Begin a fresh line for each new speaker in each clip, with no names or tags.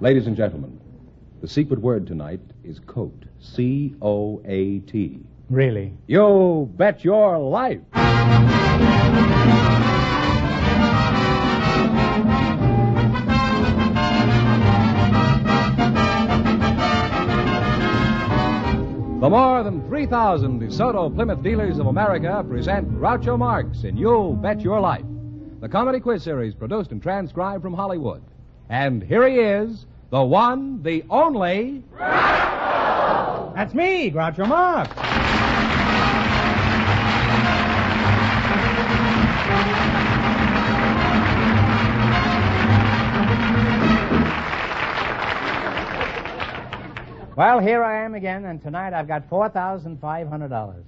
Ladies and gentlemen, the secret word tonight is coat. C O A T.
Really?
You bet your life. The more than 3,000 DeSoto Plymouth dealers of America present Groucho Marx in You Bet Your Life, the comedy quiz series produced and transcribed from Hollywood. And here he is, the one, the only.
That's me, Groucho Marx. Well, here I am again, and tonight I've got $4,500.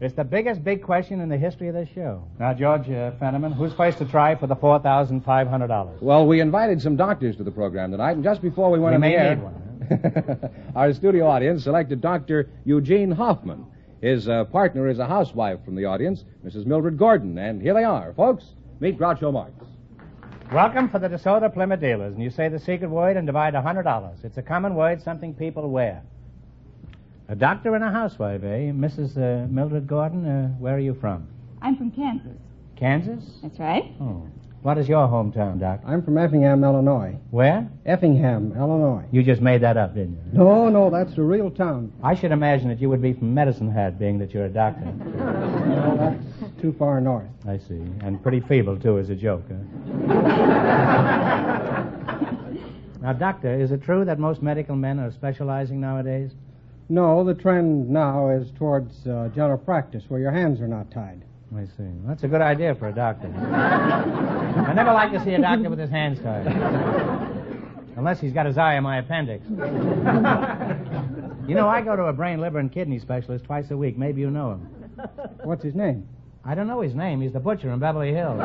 It's the biggest big question in the history of this show. Now, George uh, Fenneman, who's first to try for the $4,500?
Well, we invited some doctors to the program tonight, and just before we went
We
on
may
the air,
need one,
our studio audience selected Dr. Eugene Hoffman. His uh, partner is a housewife from the audience, Mrs. Mildred Gordon, and here they are, folks. Meet Groucho Marx.
Welcome for the DeSoto Plymouth dealers, and you say the secret word and divide a $100. It's a common word, something people wear. A doctor and a housewife, eh? Mrs. Uh, Mildred Gordon, uh, where are you from?
I'm from Kansas.
Kansas?
That's right.
Oh. What is your hometown, Doc?
I'm from Effingham, Illinois.
Where?
Effingham, Illinois.
You just made that up, didn't you?
No, no, that's the real town.
I should imagine that you would be from Medicine Hat, being that you're a doctor.
No, that's too far north.
I see. And pretty feeble, too, as a joke, huh? now, Doctor, is it true that most medical men are specializing nowadays?
No, the trend now is towards uh, general practice where your hands are not tied.
I see. That's a good idea for a doctor. I never like to see a doctor with his hands tied. Unless he's got his eye on my appendix. you know, I go to a brain, liver, and kidney specialist twice a week. Maybe you know him.
What's his name?
I don't know his name. He's the butcher in Beverly Hills.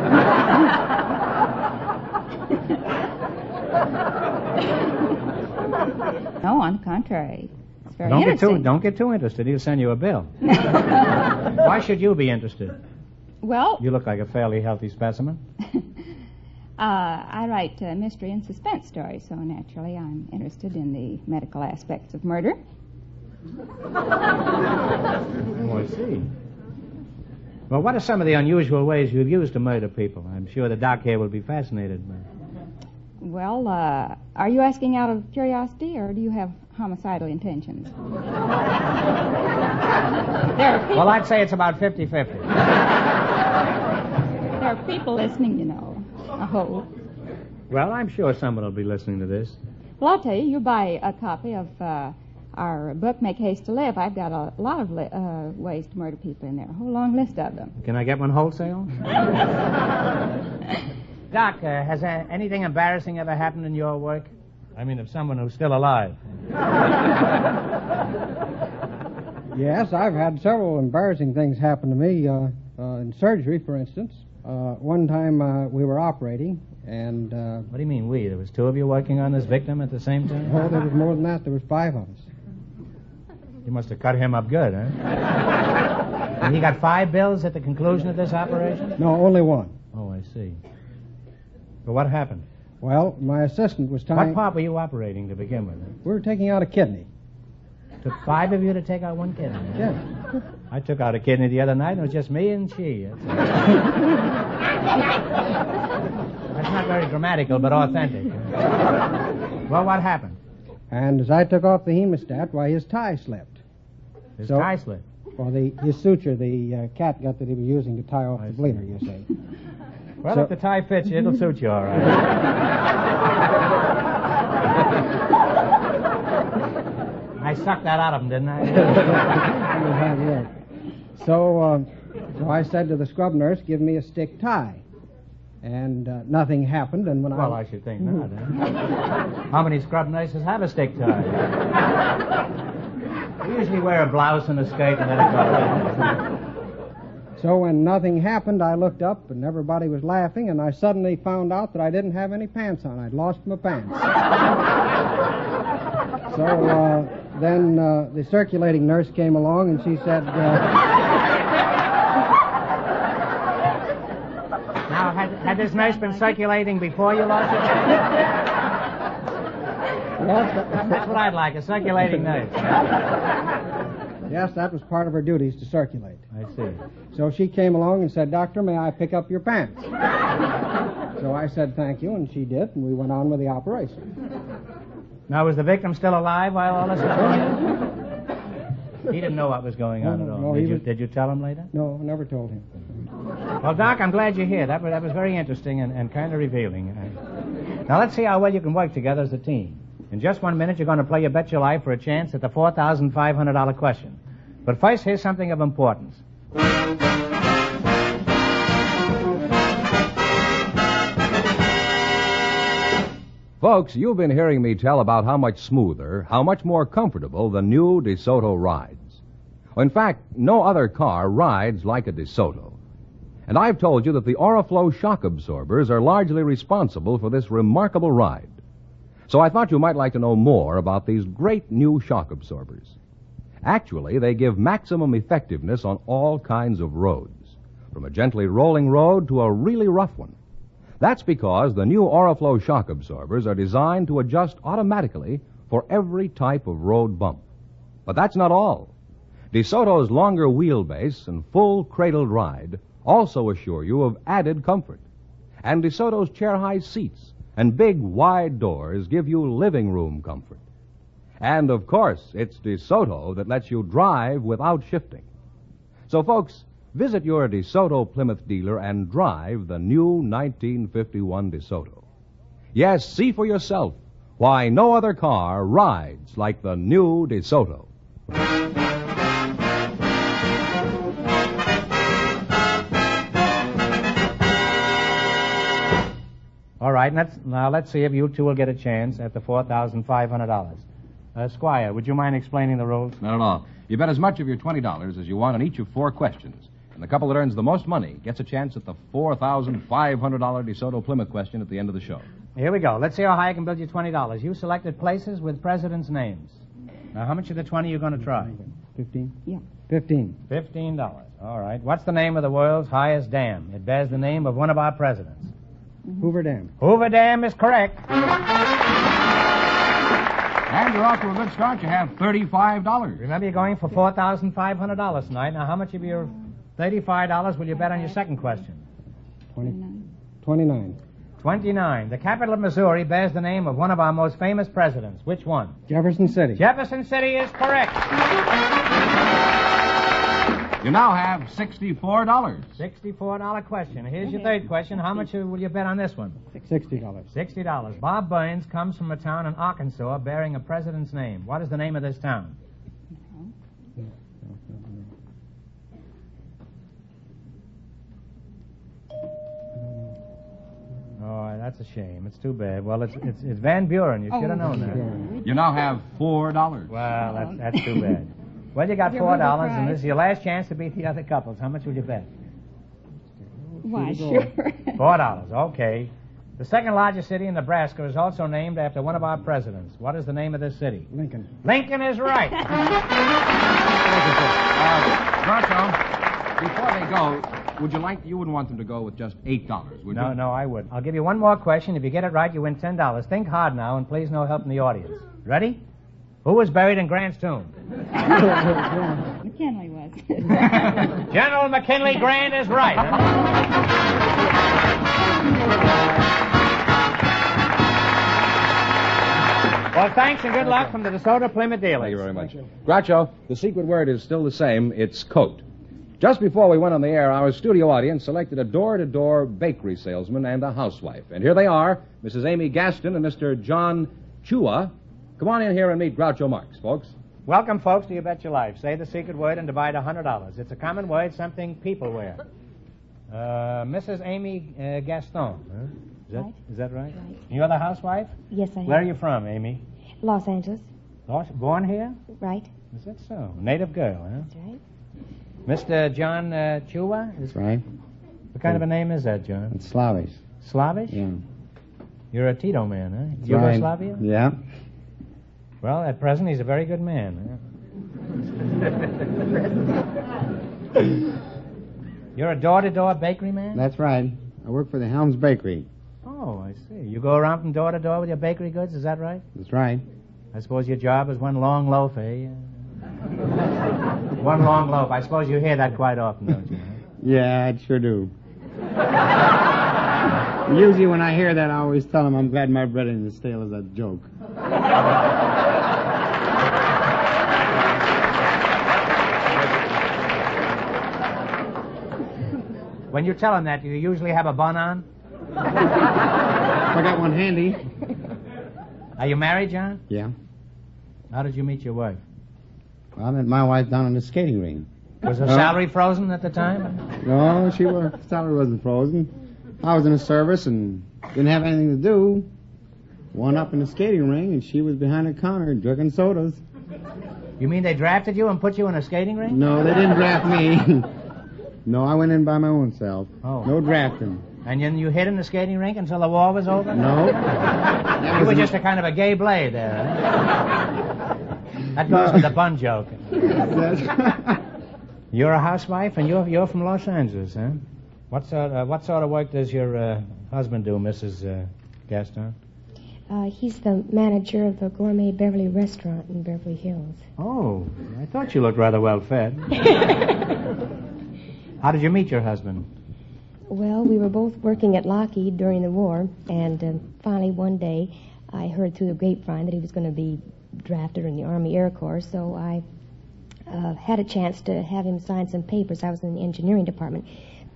No, on the contrary. It's very
Don't get
interesting.
too don't get too interested. He'll send you a bill. Why should you be interested?
Well,
You look like a fairly healthy specimen.
uh, I write uh, mystery and suspense stories, so naturally I'm interested in the medical aspects of murder.
Oh, I see. Well, what are some of the unusual ways you've used to murder people? I'm sure the doc here will be fascinated. By...
Well, uh, are you asking out of curiosity, or do you have homicidal intentions? there, are people,
Well, I'd say it's about 50 50.
there are people listening, you know. A whole.
Well, I'm sure someone will be listening to this.
Well, I'll tell you, you buy a copy of uh, our book, Make Haste to Live. I've got a lot of li- uh, ways to murder people in there, a whole long list of them.
Can I get one wholesale? doc, uh, has uh, anything embarrassing ever happened in your work? I mean, of someone who's still alive.
Yes, I've had several embarrassing things happen to me uh, uh, in surgery, for instance. Uh, one time uh, we were operating, and uh,
What do you mean, we? There was two of you working on this victim at the same time?
oh, there was more than that. There was five of us.
You must have cut him up good, huh? and he got five bills at the conclusion of this operation?
No, only one.
Oh, I see. But what happened?
Well, my assistant was
What
tying.
part were you operating to begin with?
We were taking out a kidney.
Took five of you to take out one kidney.
Yes.
I took out a kidney the other night, and it was just me and she. That's, That's not very grammatical, but authentic. well, what happened?
And as I took off the hemostat, why his tie slipped.
His
So-
tie slipped.
Well, the his suture, the uh, catgut that he was using to tie off the bleeder, you see.
Well,
So-
if the tie fits you, it'll suit you all right. I sucked that out of him, didn't I?
Yeah, yeah. So, um, so I said to the scrub nurse, "Give me a stick tie," and uh, nothing happened. And when
well,
I
I should think not. Huh?
Hmm.
How many scrub nurses have a stick tie? We usually wear a blouse and a skirt and then a collar.
so when nothing happened, I looked up and everybody was laughing, and I suddenly found out that I didn't have any pants on. I'd lost my pants. so uh, then uh, the circulating nurse came along and she said. Uh,
Now, had, had this nurse been circulating before you lost it? That's what I'd like, a circulating knife.
Yes, that was part of her duties to circulate.
I see.
So she came along and said, Doctor, may I pick up your pants? so I said thank you, and she did, and we went on with the operation.
Now, was the victim still alive while all this was going on? He didn't know what was going on
No,
at all.
no,
did,
he
you,
was-
did you tell him later?
No, never told him.
Well, Doc, I'm glad you're here. That was, that was very interesting and, and kind of revealing. Uh, Now, let's see how well you can work together as a team. In just one minute, you're going to play your bet your life for a chance at the $4,500 question. But first, here's something of importance.
Folks, you've been hearing me tell about how much smoother, how much more comfortable the new DeSoto rides. In fact, no other car rides like a DeSoto. And I've told you that the Oriflow shock absorbers are largely responsible for this remarkable ride. So I thought you might like to know more about these great new shock absorbers. Actually, they give maximum effectiveness on all kinds of roads, from a gently rolling road to a really rough one. That's because the new Oriflow shock absorbers are designed to adjust automatically for every type of road bump. But that's not all. DeSoto's longer wheelbase and full cradled ride also assure you of added comfort. And DeSoto's chair high seats and big wide doors give you living room comfort. And of course, it's DeSoto that lets you drive without shifting. So, folks, visit your DeSoto Plymouth dealer and drive the new 1951 DeSoto. Yes, see for yourself why no other car rides like the new DeSoto.
All right, and let's, now let's see if you two will get a chance at the $4,500. Uh, Squire, would you mind explaining the rules?
Not at all. You bet as much of your $20 as you want on each of four questions. And the couple that earns the most money gets a chance at the $4,500 DeSoto Plymouth question at the end of the show.
Here we go. Let's see how high I can build you $20. You selected places with presidents' names. Now, how much of the 20 are you going to try?
Fifteen?
Yeah.
Fifteen.
$15. All right. What's the name of the world's highest dam? It bears the name of one of our presidents.
Hoover Dam.
Hoover Dam is correct.
And you're off to a good start. You have $35.
Remember, you're going for $4,500 tonight. Now, how much of your $35 will you bet on your second question?
Twenty. Twenty-nine.
29. The capital of Missouri bears the name of one of our most famous presidents. Which one?
Jefferson City.
Jefferson City is correct.
You now have $64.
$64 question. Here's your third question. How much will you bet on this one?
Sixty dollars.
$60. Bob Burns comes from a town in Arkansas bearing a president's name. What is the name of this town? Oh, that's a shame. It's too bad. Well, it's it's, it's Van Buren. You should have known that.
You now have $4.
Well, that's, that's too bad. Well, you got
You're
four dollars,
overpriced.
and this is your last chance to beat the other couples. How much will you bet?
Why, sure.
Four dollars. Okay. The second largest city in Nebraska is also named after one of our presidents. What is the name of this city?
Lincoln.
Lincoln is right.
Groucho, Uh, before they go, would you like, you wouldn't want them to go with just $8, would
No,
you?
no, I wouldn't. I'll give you one more question. If you get it right, you win ten dollars. Think hard now, and please no help in the audience. Ready? Who was buried in Grant's tomb?
McKinley was.
General McKinley Grant is right. well, thanks and good luck from the DeSoto Plymouth dealers.
Thank you very much. Groucho, the secret word is still the same. It's coat. Just before we went on the air, our studio audience selected a door-to-door bakery salesman and a housewife. And here they are, Mrs. Amy Gaston and Mr. John Chua. Come on in here and meet Groucho Marx, folks.
Welcome, folks, to You Bet Your Life. Say the secret word and divide $100. It's a common word, something people wear. Uh, Mrs. Amy uh, Gaston. Huh? Is, that,
Right.
is that right?
Right.
You're the housewife?
Yes, I am.
Where are you from, Amy?
Los Angeles,
Los- Born here?
right?
Is that so? Native girl, huh?
That's right.
Mr. John uh, Chua? Is-
Right.
What kind of a name is that, John?
It's Slavish.
Slavish? You're a Tito man, huh? Yugoslavia?
Yeah.
Well, at present, he's a very good man. huh? You're a door to door bakery man?
That's right. I work for the Helms Bakery.
Oh, I see. You go around from door to door with your bakery goods, is that right?
That's right.
I suppose your job is one long loaf, eh? one long loaf. I suppose you hear that quite often, don't you?
Yeah, I sure do. Usually when I hear that, I always tell them I'm glad my bread ain't as stale as that joke.
When you tell them that, do you usually have a bun on?
I got one handy.
Are you married, John?
Yeah.
How did you meet your wife?
Well, I met my wife down in the skating ring.
Was her
No.
salary frozen at the time?
No, she worked. Salary wasn't frozen. I was in the service and didn't have anything to do. One up in the skating ring, and she was behind the counter drinking sodas.
You mean they drafted you and put you in a skating ring?
No, they didn't draft me. no, I went in by my own self.
Oh.
No drafting.
And then you hid in the skating rink until the war was over?
No. That
You were
was
just a kind of a gay blade there. huh? That goes with the bun joke. You're a housewife, and you're you're from Los Angeles, huh? What sort uh, what sort of work does your uh, husband do, Mrs. Uh, Gaston?
Uh, he's the manager of the Gourmet Beverly restaurant in Beverly Hills.
Oh, I thought you looked rather well fed. How did you meet your husband?
Well, we were both working at Lockheed during the war, and uh, finally one day I heard through the grapevine that he was going to be drafted in the Army Air Corps, so I uh, had a chance to have him sign some papers. I was in the engineering department.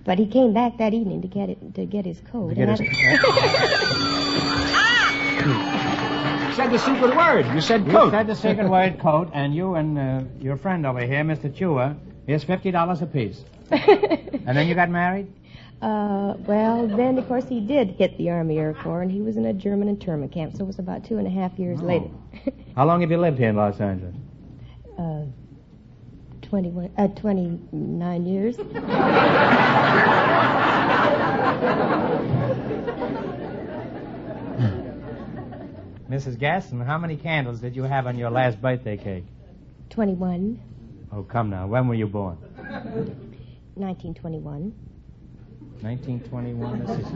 But he came back that evening to get it to get his coat.
Get
and
his-
I-
Said the secret word. You said
You said the secret word coat, and you and uh, your friend over here, Mr. Chewer, here's fifty dollars apiece. and then you got married.
Uh, well, then of course he did hit the Army Air Corps, and he was in a German internment camp. So it was about two and a half
Oh.
years later.
How long have you lived here in Los Angeles?
uh, 21, uh, 29 years.
Mrs. Gaston, how many candles did you have on your last birthday cake?
21,
Oh, come now. When were you born?
1921.
1921. This is. Let's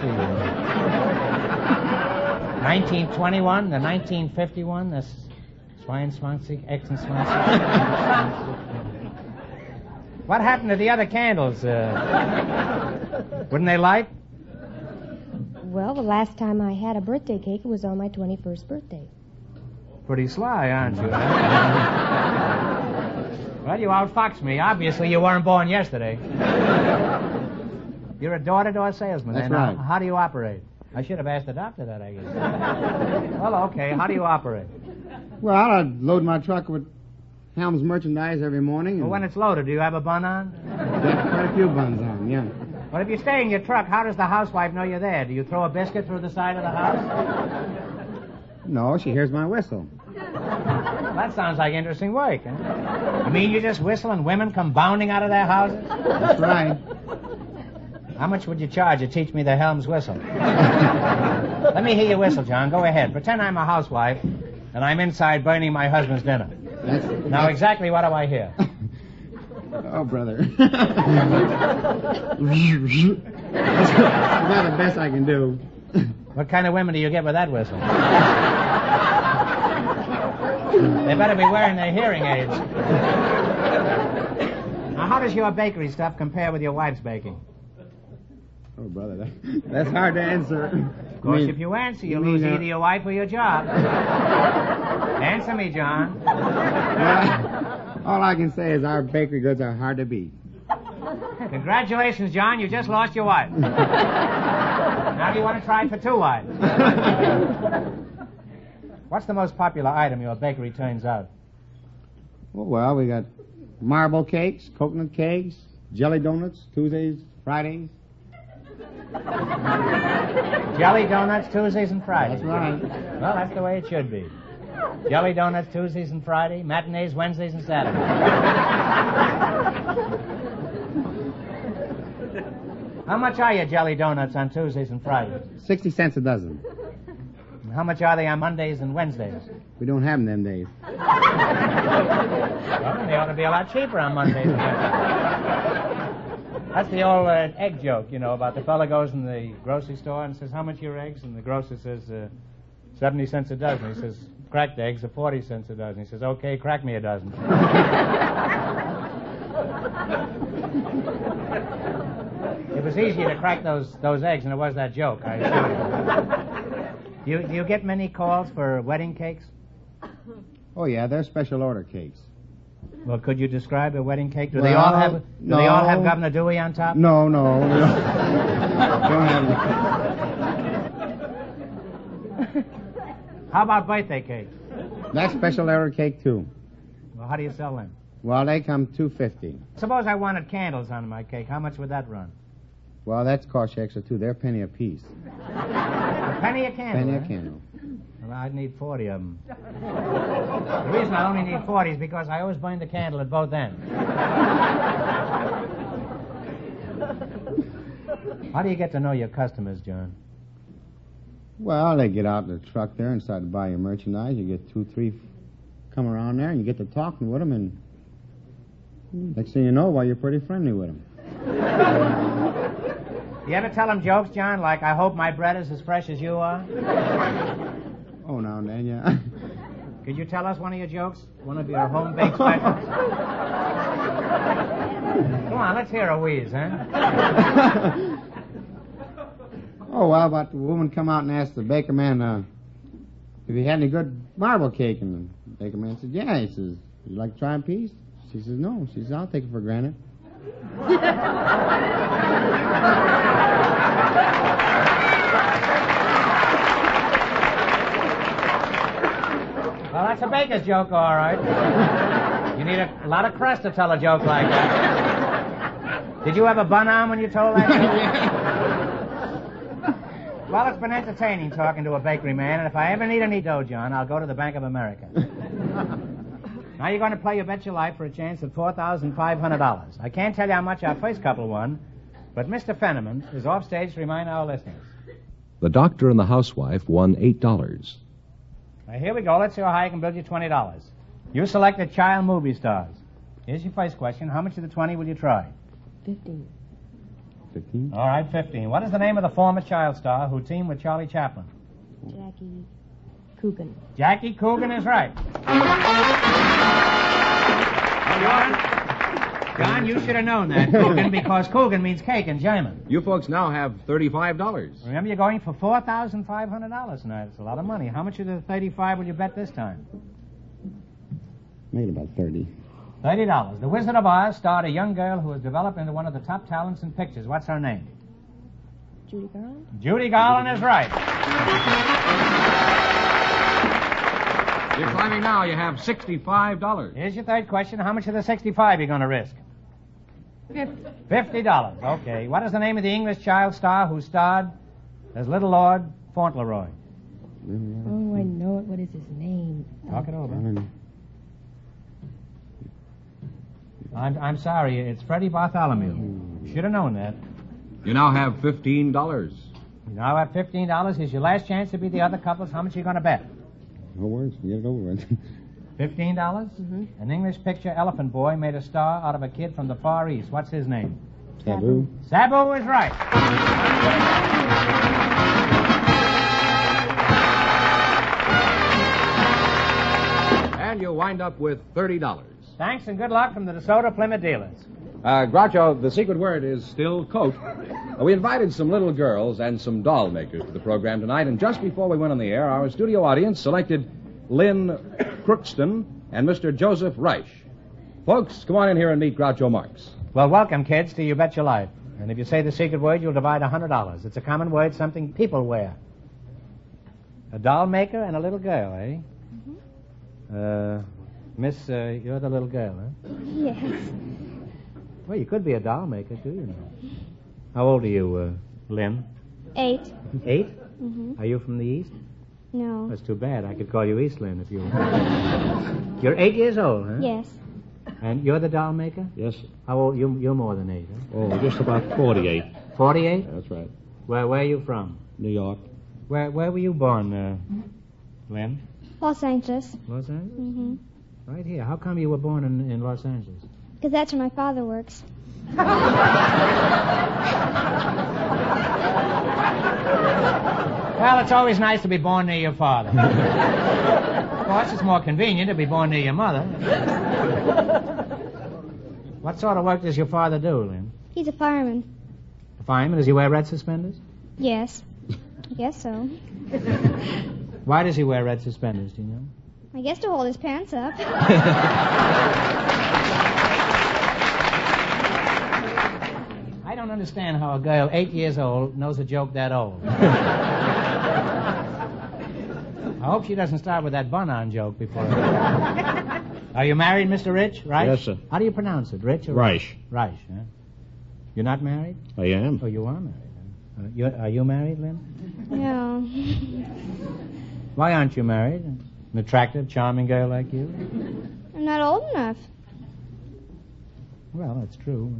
see. 1921, the 1951, the Swine Swansea, X and Swansea. what happened to the other candles? Uh, wouldn't they light?
Well, the last time I had a birthday cake was on my 21st birthday.
Pretty sly, aren't you? well, you outfoxed me. Obviously, you weren't born yesterday. You're a door-to-door salesman.
That's
then. How-
right.
How, do you operate? I should have asked the doctor that, I guess. well, okay. How do you operate?
Well, I'd load my truck with Helm's merchandise every morning. And
Well, when it's loaded, do you have a bun on?
got quite a few buns on, yeah.
Well, if you stay in your truck, how does the housewife know you're there? Do you throw a biscuit through the side of the house?
No, she hears my whistle.
Well, that sounds like interesting work. Huh? You mean you just whistle and women come bounding out of their houses?
That's right.
How much would you charge to teach me the Helm's whistle? Let me hear your whistle, John. Go ahead. Pretend I'm a housewife and I'm inside burning my husband's dinner.
That's,
Now, exactly what do I hear?
oh, brother. That's about the best I can do.
What kind of women do you get with that whistle? they better be wearing their hearing aids. Now, how does your bakery stuff compare with your wife's baking?
Oh, brother, that, that's hard to answer. Of
Of course, if you answer, you
you mean,
lose
uh,
either your wife or your job. answer me, John.
all I can say is our bakery goods are hard to beat.
Congratulations, John. You just lost your wife. now you want to try for two wives.
Oh,
What's the most popular item your bakery turns out?
Oh, well, we got marble cakes, coconut cakes, jelly donuts, Tuesdays, Fridays.
Jelly donuts Tuesdays and Fridays.
That's right.
Well, that's the way it should be. Jelly donuts Tuesdays and Friday, matinees Wednesdays and Saturdays. How much are your jelly donuts on Tuesdays and Fridays?
60 cents a dozen.
And How much are they on Mondays and Wednesdays?
We don't have them them days.
Well, they ought to be a lot cheaper on Mondays. That's the old uh, egg joke, you know, about the fella goes in the grocery store and says, How much are your eggs? And the grocer says, uh, 70 cents a dozen. He says, cracked eggs are 40 cents a dozen. He says, okay, crack me a dozen. it was easier to crack those, those eggs than it was that joke. I assure you. do, you, do you get many calls for wedding cakes?
Oh, yeah, they're special order cakes.
Well, could you describe a wedding cake? Do they
Well,
all have do they all have
no.
Governor Dewey on top?
No, no. we don't- don't have
How about birthday cakes?
any. That's special order cake, too.
Well, how do you sell them?
Well, they come 250
Suppose I wanted candles on my cake. How much would that run?
Well, that's cost you extra, too. They're a penny a piece.
A penny a candle.
Penny a
eh?
candle.
Well, I'd need 40 of them. the reason I only need 40 is because I always burn the candle at both ends. How do you get to know your customers, John?
Well, they get out the truck there and start to buy your merchandise. You get two, three f- come around there, and you get to talking with them, and next thing you know, why you're pretty friendly with them.
You ever tell them jokes, John, like, I hope my bread is as fresh as you are?
Oh, now and then, yeah.
Could you tell us one of your jokes? One of your home baked specials? Come on, let's hear a wheeze, huh?
oh, well, about the woman come out and asked the baker man uh, if he had any good marble cake, and the baker man said, yeah. He says, you like to try a piece? She says, no. She says, I'll take it for granted.
Well, that's a baker's joke, all right. You need a lot of crust to tell a joke like that. Did you have a bun on when you told that joke? Well, it's been entertaining talking to a bakery man, and if I ever need any dough, John, I'll go to the Bank of America. now you're going to play your bet your life for a chance at $4,500. I can't tell you how much our first couple won, but Mr. Fenneman is off stage to remind our listeners.
The doctor and the housewife won $8.
Now, here we go. Let's see how high I can build you $20. You selected child movie stars. Here's your first question. How much of the 20 will you try?
Fifteen.
15.
All right, 15. What is the name of the former child star who teamed with Charlie Chaplin?
Jackie Coogan.
Jackie Coogan is right. John, John, you should have known that, Coogan, because Coogan means cake in German.
You folks now have $35.
Remember, you're going for $4,500 tonight. It's a lot of money. How much of the 35 will you bet this time?
Make it about 30.
$30. The Wizard of Oz starred a young girl who has developed into one of the top talents in pictures. What's her name?
Judy Garland.
Judy Garland is right.
You're climbing now. You have $65.
Here's your third question. How much of the 65 you going to risk?
Fifty.
$50. Okay. What is the name of the English child star who starred as Little Lord Fauntleroy?
Oh, I know it. What is his name?
Talk it over. I'm, I'm sorry. It's Freddie Bartholomew. Should have known that.
You now have $15.
You now have $15. Here's your last chance to beat the other couples. How much are you going to bet?
No words. Get it over with.
$15? dollars An English picture elephant boy made a star out of a kid from the Far East. What's his name?
Taboo.
Sabo is right.
And you wind up with $30.
Thanks and good luck from the DeSoto Plymouth dealers.
Uh, Groucho, the secret word is still coat. Uh, we invited some little girls and some doll makers to the program tonight, and just before we went on the air, our studio audience selected Lynn Crookston and Mr. Joseph Reich. Folks, come on in here and meet Groucho Marx.
Well, welcome, kids, to You Bet Your Life. And if you say the secret word, you'll divide $100. It's a common word, something people wear. A doll maker and a little girl, eh? Uh, Miss, uh, you're the little girl, huh?
Yes.
Well, you could be a doll maker, too, you know. How old are you, uh, Lynn?
8
Eight?
Mm-hmm.
Are you from the East?
No.
That's too bad. I could call you East Lynn if you You're eight years old, huh?
Yes.
And you're the doll maker?
Yes.
How old? You, you're more than eight, huh?
Oh, just about 48.
48?
That's right.
Where, where are you from?
New York.
Where where were you born, uh, Lynn?
Los Angeles.
Los Angeles?
Mm-hmm.
Right here. How come you were born in, in Los Angeles?
Because that's where my father works.
Well, Well, it's always nice to be born near your father. of course, it's more convenient to be born near your mother. what sort of work does your father do, Lynn?
He's a fireman.
A fireman? Does he wear red suspenders?
Yes. Guess so.
Why does he wear red suspenders, do you know?
I guess to hold his pants up.
I don't understand how a girl eight years old knows a joke that old. I hope she doesn't start with that bun on joke before. Are you married, Mr. Rich? Right?
Yes, sir.
How do you pronounce it, Rich or
Reich.
Reich, huh? You're not married?
I am.
Oh, you are married. huh? Uh, you, are you married, Lynn?
no.
Why aren't you married? An attractive, charming girl like you?
I'm not old enough.
Well, that's true.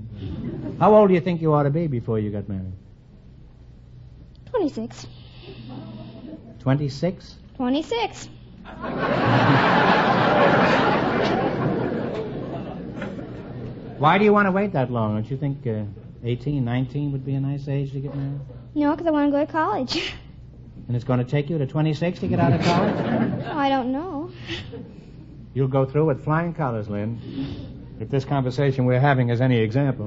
How old do you think you ought to be before you got married?
26.
26?
26.
Why do you want to wait that long? Don't you think uh, 18, 19 would be a nice age to get married?
No, 'cause I want to go to college.
And it's going to take you to 26 to get out of college?
oh, I don't know.
You'll go through with flying colors, Lynn. If this conversation we're having is any example.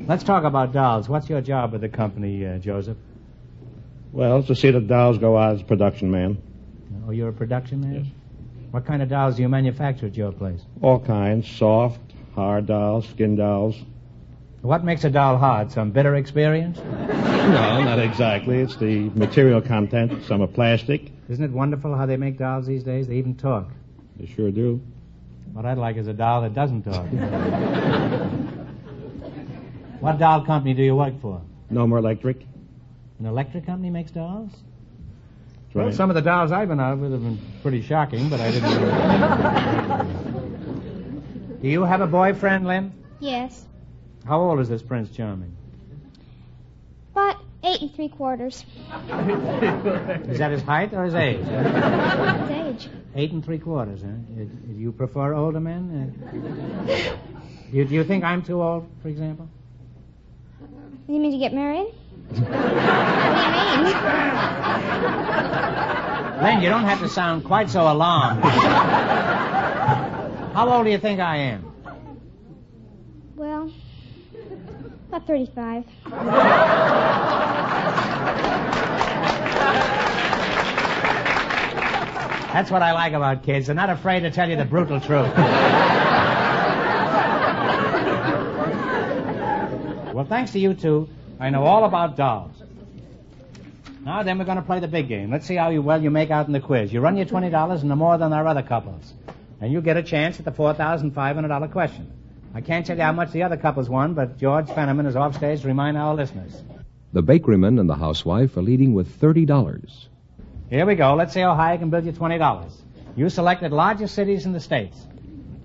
Let's talk about dolls. What's your job with the company, uh, Joseph?
Well, to see the dolls go out as production man.
Oh, you're a production man? What kind of dolls do you manufacture at your place?
All kinds soft, hard dolls, skin dolls.
What makes a doll hard? Some bitter experience?
No, not exactly. It's the material content. Some are plastic.
Isn't it wonderful how they make dolls these days? They even talk.
They sure do.
What I'd like is a doll that doesn't talk. what doll company do you work for?
No more electric.
An electric company makes dolls?
That's
Well,
right.
some of the dolls I've been out with have been pretty shocking, but I didn't. do you have a boyfriend, Lynn?
Yes.
How old is this Prince Charming?
But eight and three quarters.
Is that his height or his age?
His age.
Eight and three quarters, huh? You- You prefer older men? Uh, you, do you think I'm too old, for example?
You mean to get married? what do you
Len,
mean?
you don't have to sound quite so alarmed. How old do you think I am?
Well, about 35.
That's what I like about kids. They're not afraid to tell you the brutal truth. well, thanks to you two, I know all about dolls. Now then, we're going to play the big game. Let's see how you, well you make out in the quiz. You run your twenty dollars into more than our other couples, and you get a chance at the four thousand five hundred dollar question. I can't tell you how much the other couples won, but George Fenneman is offstage to remind our listeners.
The bakeryman and the housewife are leading with $30.
Here we go. Let's see how high I can build you twenty dollars. You selected largest cities in the states.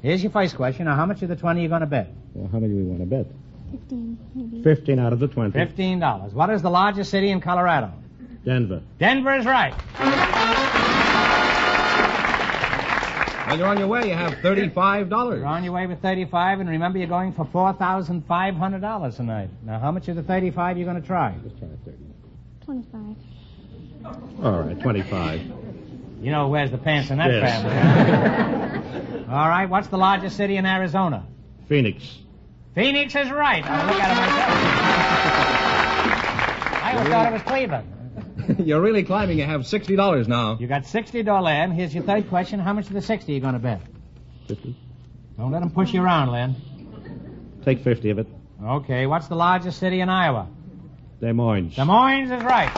Here's your first question. Now, how much of the twenty are you going to bet?
Well, how many do we want to bet?
15, maybe.
Fifteen out of the twenty.
Fifteen dollars. What is the largest city in Colorado?
Denver.
Denver is right.
When you're on your way, you have
You're
$35.
on your way with thirty-five, and remember, you're going for four thousand five hundred dollars tonight. Now, how much of the thirty-five are you going to try?
Let's try thirty.
25.
All right, twenty-five.
You know, where's the pants in that
Yes.
family? All right. What's the largest city in Arizona?
Phoenix.
Phoenix is right. I'll look at it myself. I always thought it was Cleveland.
you're really climbing. You have $60 now.
You got sixty dollars, Len. Here's your third question. How much of the sixty are you going to bet?
Fifty.
Don't let them push you around, Len.
Take fifty of it.
Okay. What's the largest city in Iowa?
Des Moines.
Des Moines is right.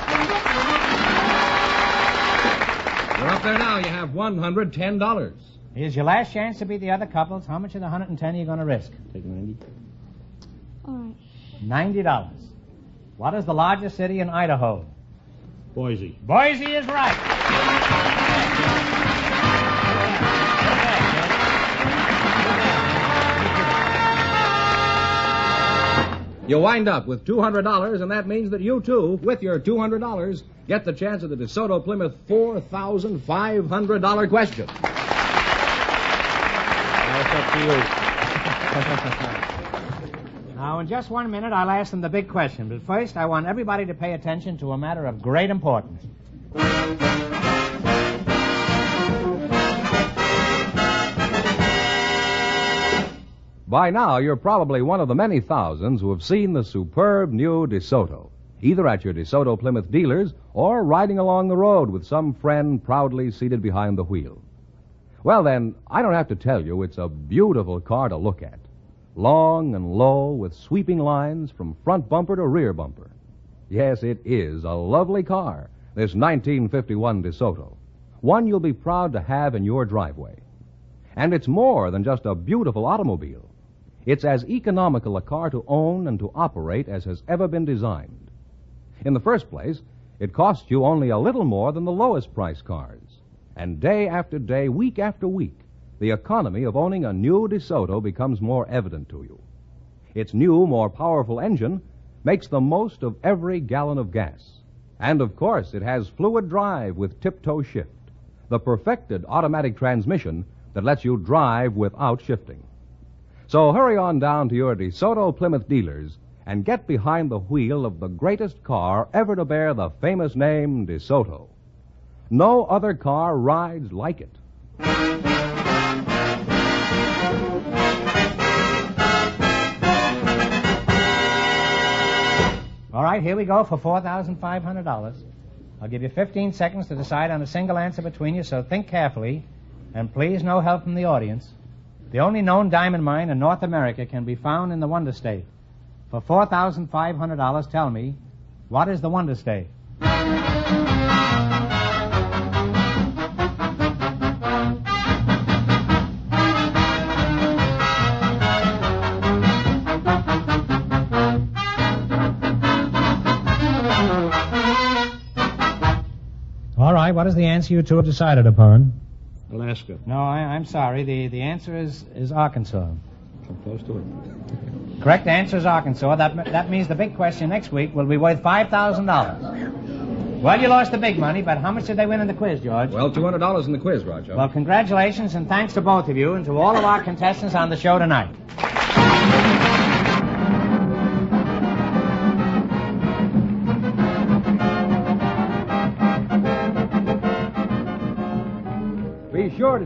You're up there now. You have $110.
Here's your last chance to beat the other couples. How much of the hundred and ten are you going to risk?
Take ninety.
All right.
Ninety dollars. What is the largest city in Idaho?
Boise.
Boise is right.
You wind up with $200, and that means that you, too, with your $200, get the chance of the DeSoto Plymouth $4,500 question.
That's up to you.
Now Now, in just one minute, I'll ask them the big question, but first, I want everybody to pay attention to a matter of great importance.
By now, you're probably one of the many thousands who have seen the superb new DeSoto, either at your DeSoto Plymouth dealers or riding along the road with some friend proudly seated behind the wheel. Well, then, I don't have to tell you it's a beautiful car to look at. Long and low, with sweeping lines from front bumper to rear bumper. Yes, it is a lovely car, this 1951 DeSoto. One you'll be proud to have in your driveway. And it's more than just a beautiful automobile. It's as economical a car to own and to operate as has ever been designed. In the first place, it costs you only a little more than the lowest price cars. And day after day, week after week, the economy of owning a new DeSoto becomes more evident to you. Its new, more powerful engine makes the most of every gallon of gas. And of course, it has fluid drive with tiptoe shift, the perfected automatic transmission that lets you drive without shifting. So hurry on down to your DeSoto Plymouth dealers and get behind the wheel of the greatest car ever to bear the famous name DeSoto. No other car rides like it.
All right, here we go for $4,500. I'll give you 15 seconds to decide on a single answer between you, so think carefully. And please, no help from the audience. The only known diamond mine in North America can be found in the Wonder State. For $4,500, tell me, what is the Wonder State? All right, what is the answer you two have decided upon?
Alaska.
No, I, I'm sorry. The, the answer is, is Arkansas.
So close to it.
Correct answer is Arkansas. That, me- that means the big question next week will be worth $5,000. Well, you lost the big money, but how much did they win in the quiz, George?
Well, $200 in the quiz, Roger.
Well, congratulations and thanks to both of you and to all of our contestants on the show tonight.
Be sure to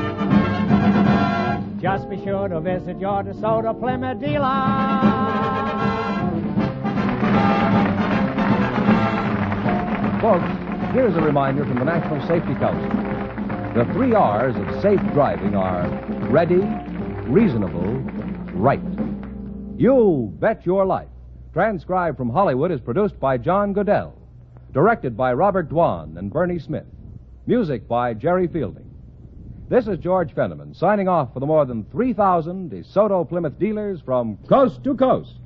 Just be sure to visit your DeSoto Plymouth dealer.
Folks, here's a reminder from the National Safety Council. The three R's of safe driving are ready, reasonable, right. You Bet Your Life, transcribed from Hollywood, is produced by John Goodell, directed by Robert Dwan and Bernie Smith, music by Jerry Fielding. This is George Fenneman signing off for the more than 3,000 DeSoto Plymouth dealers from coast to coast.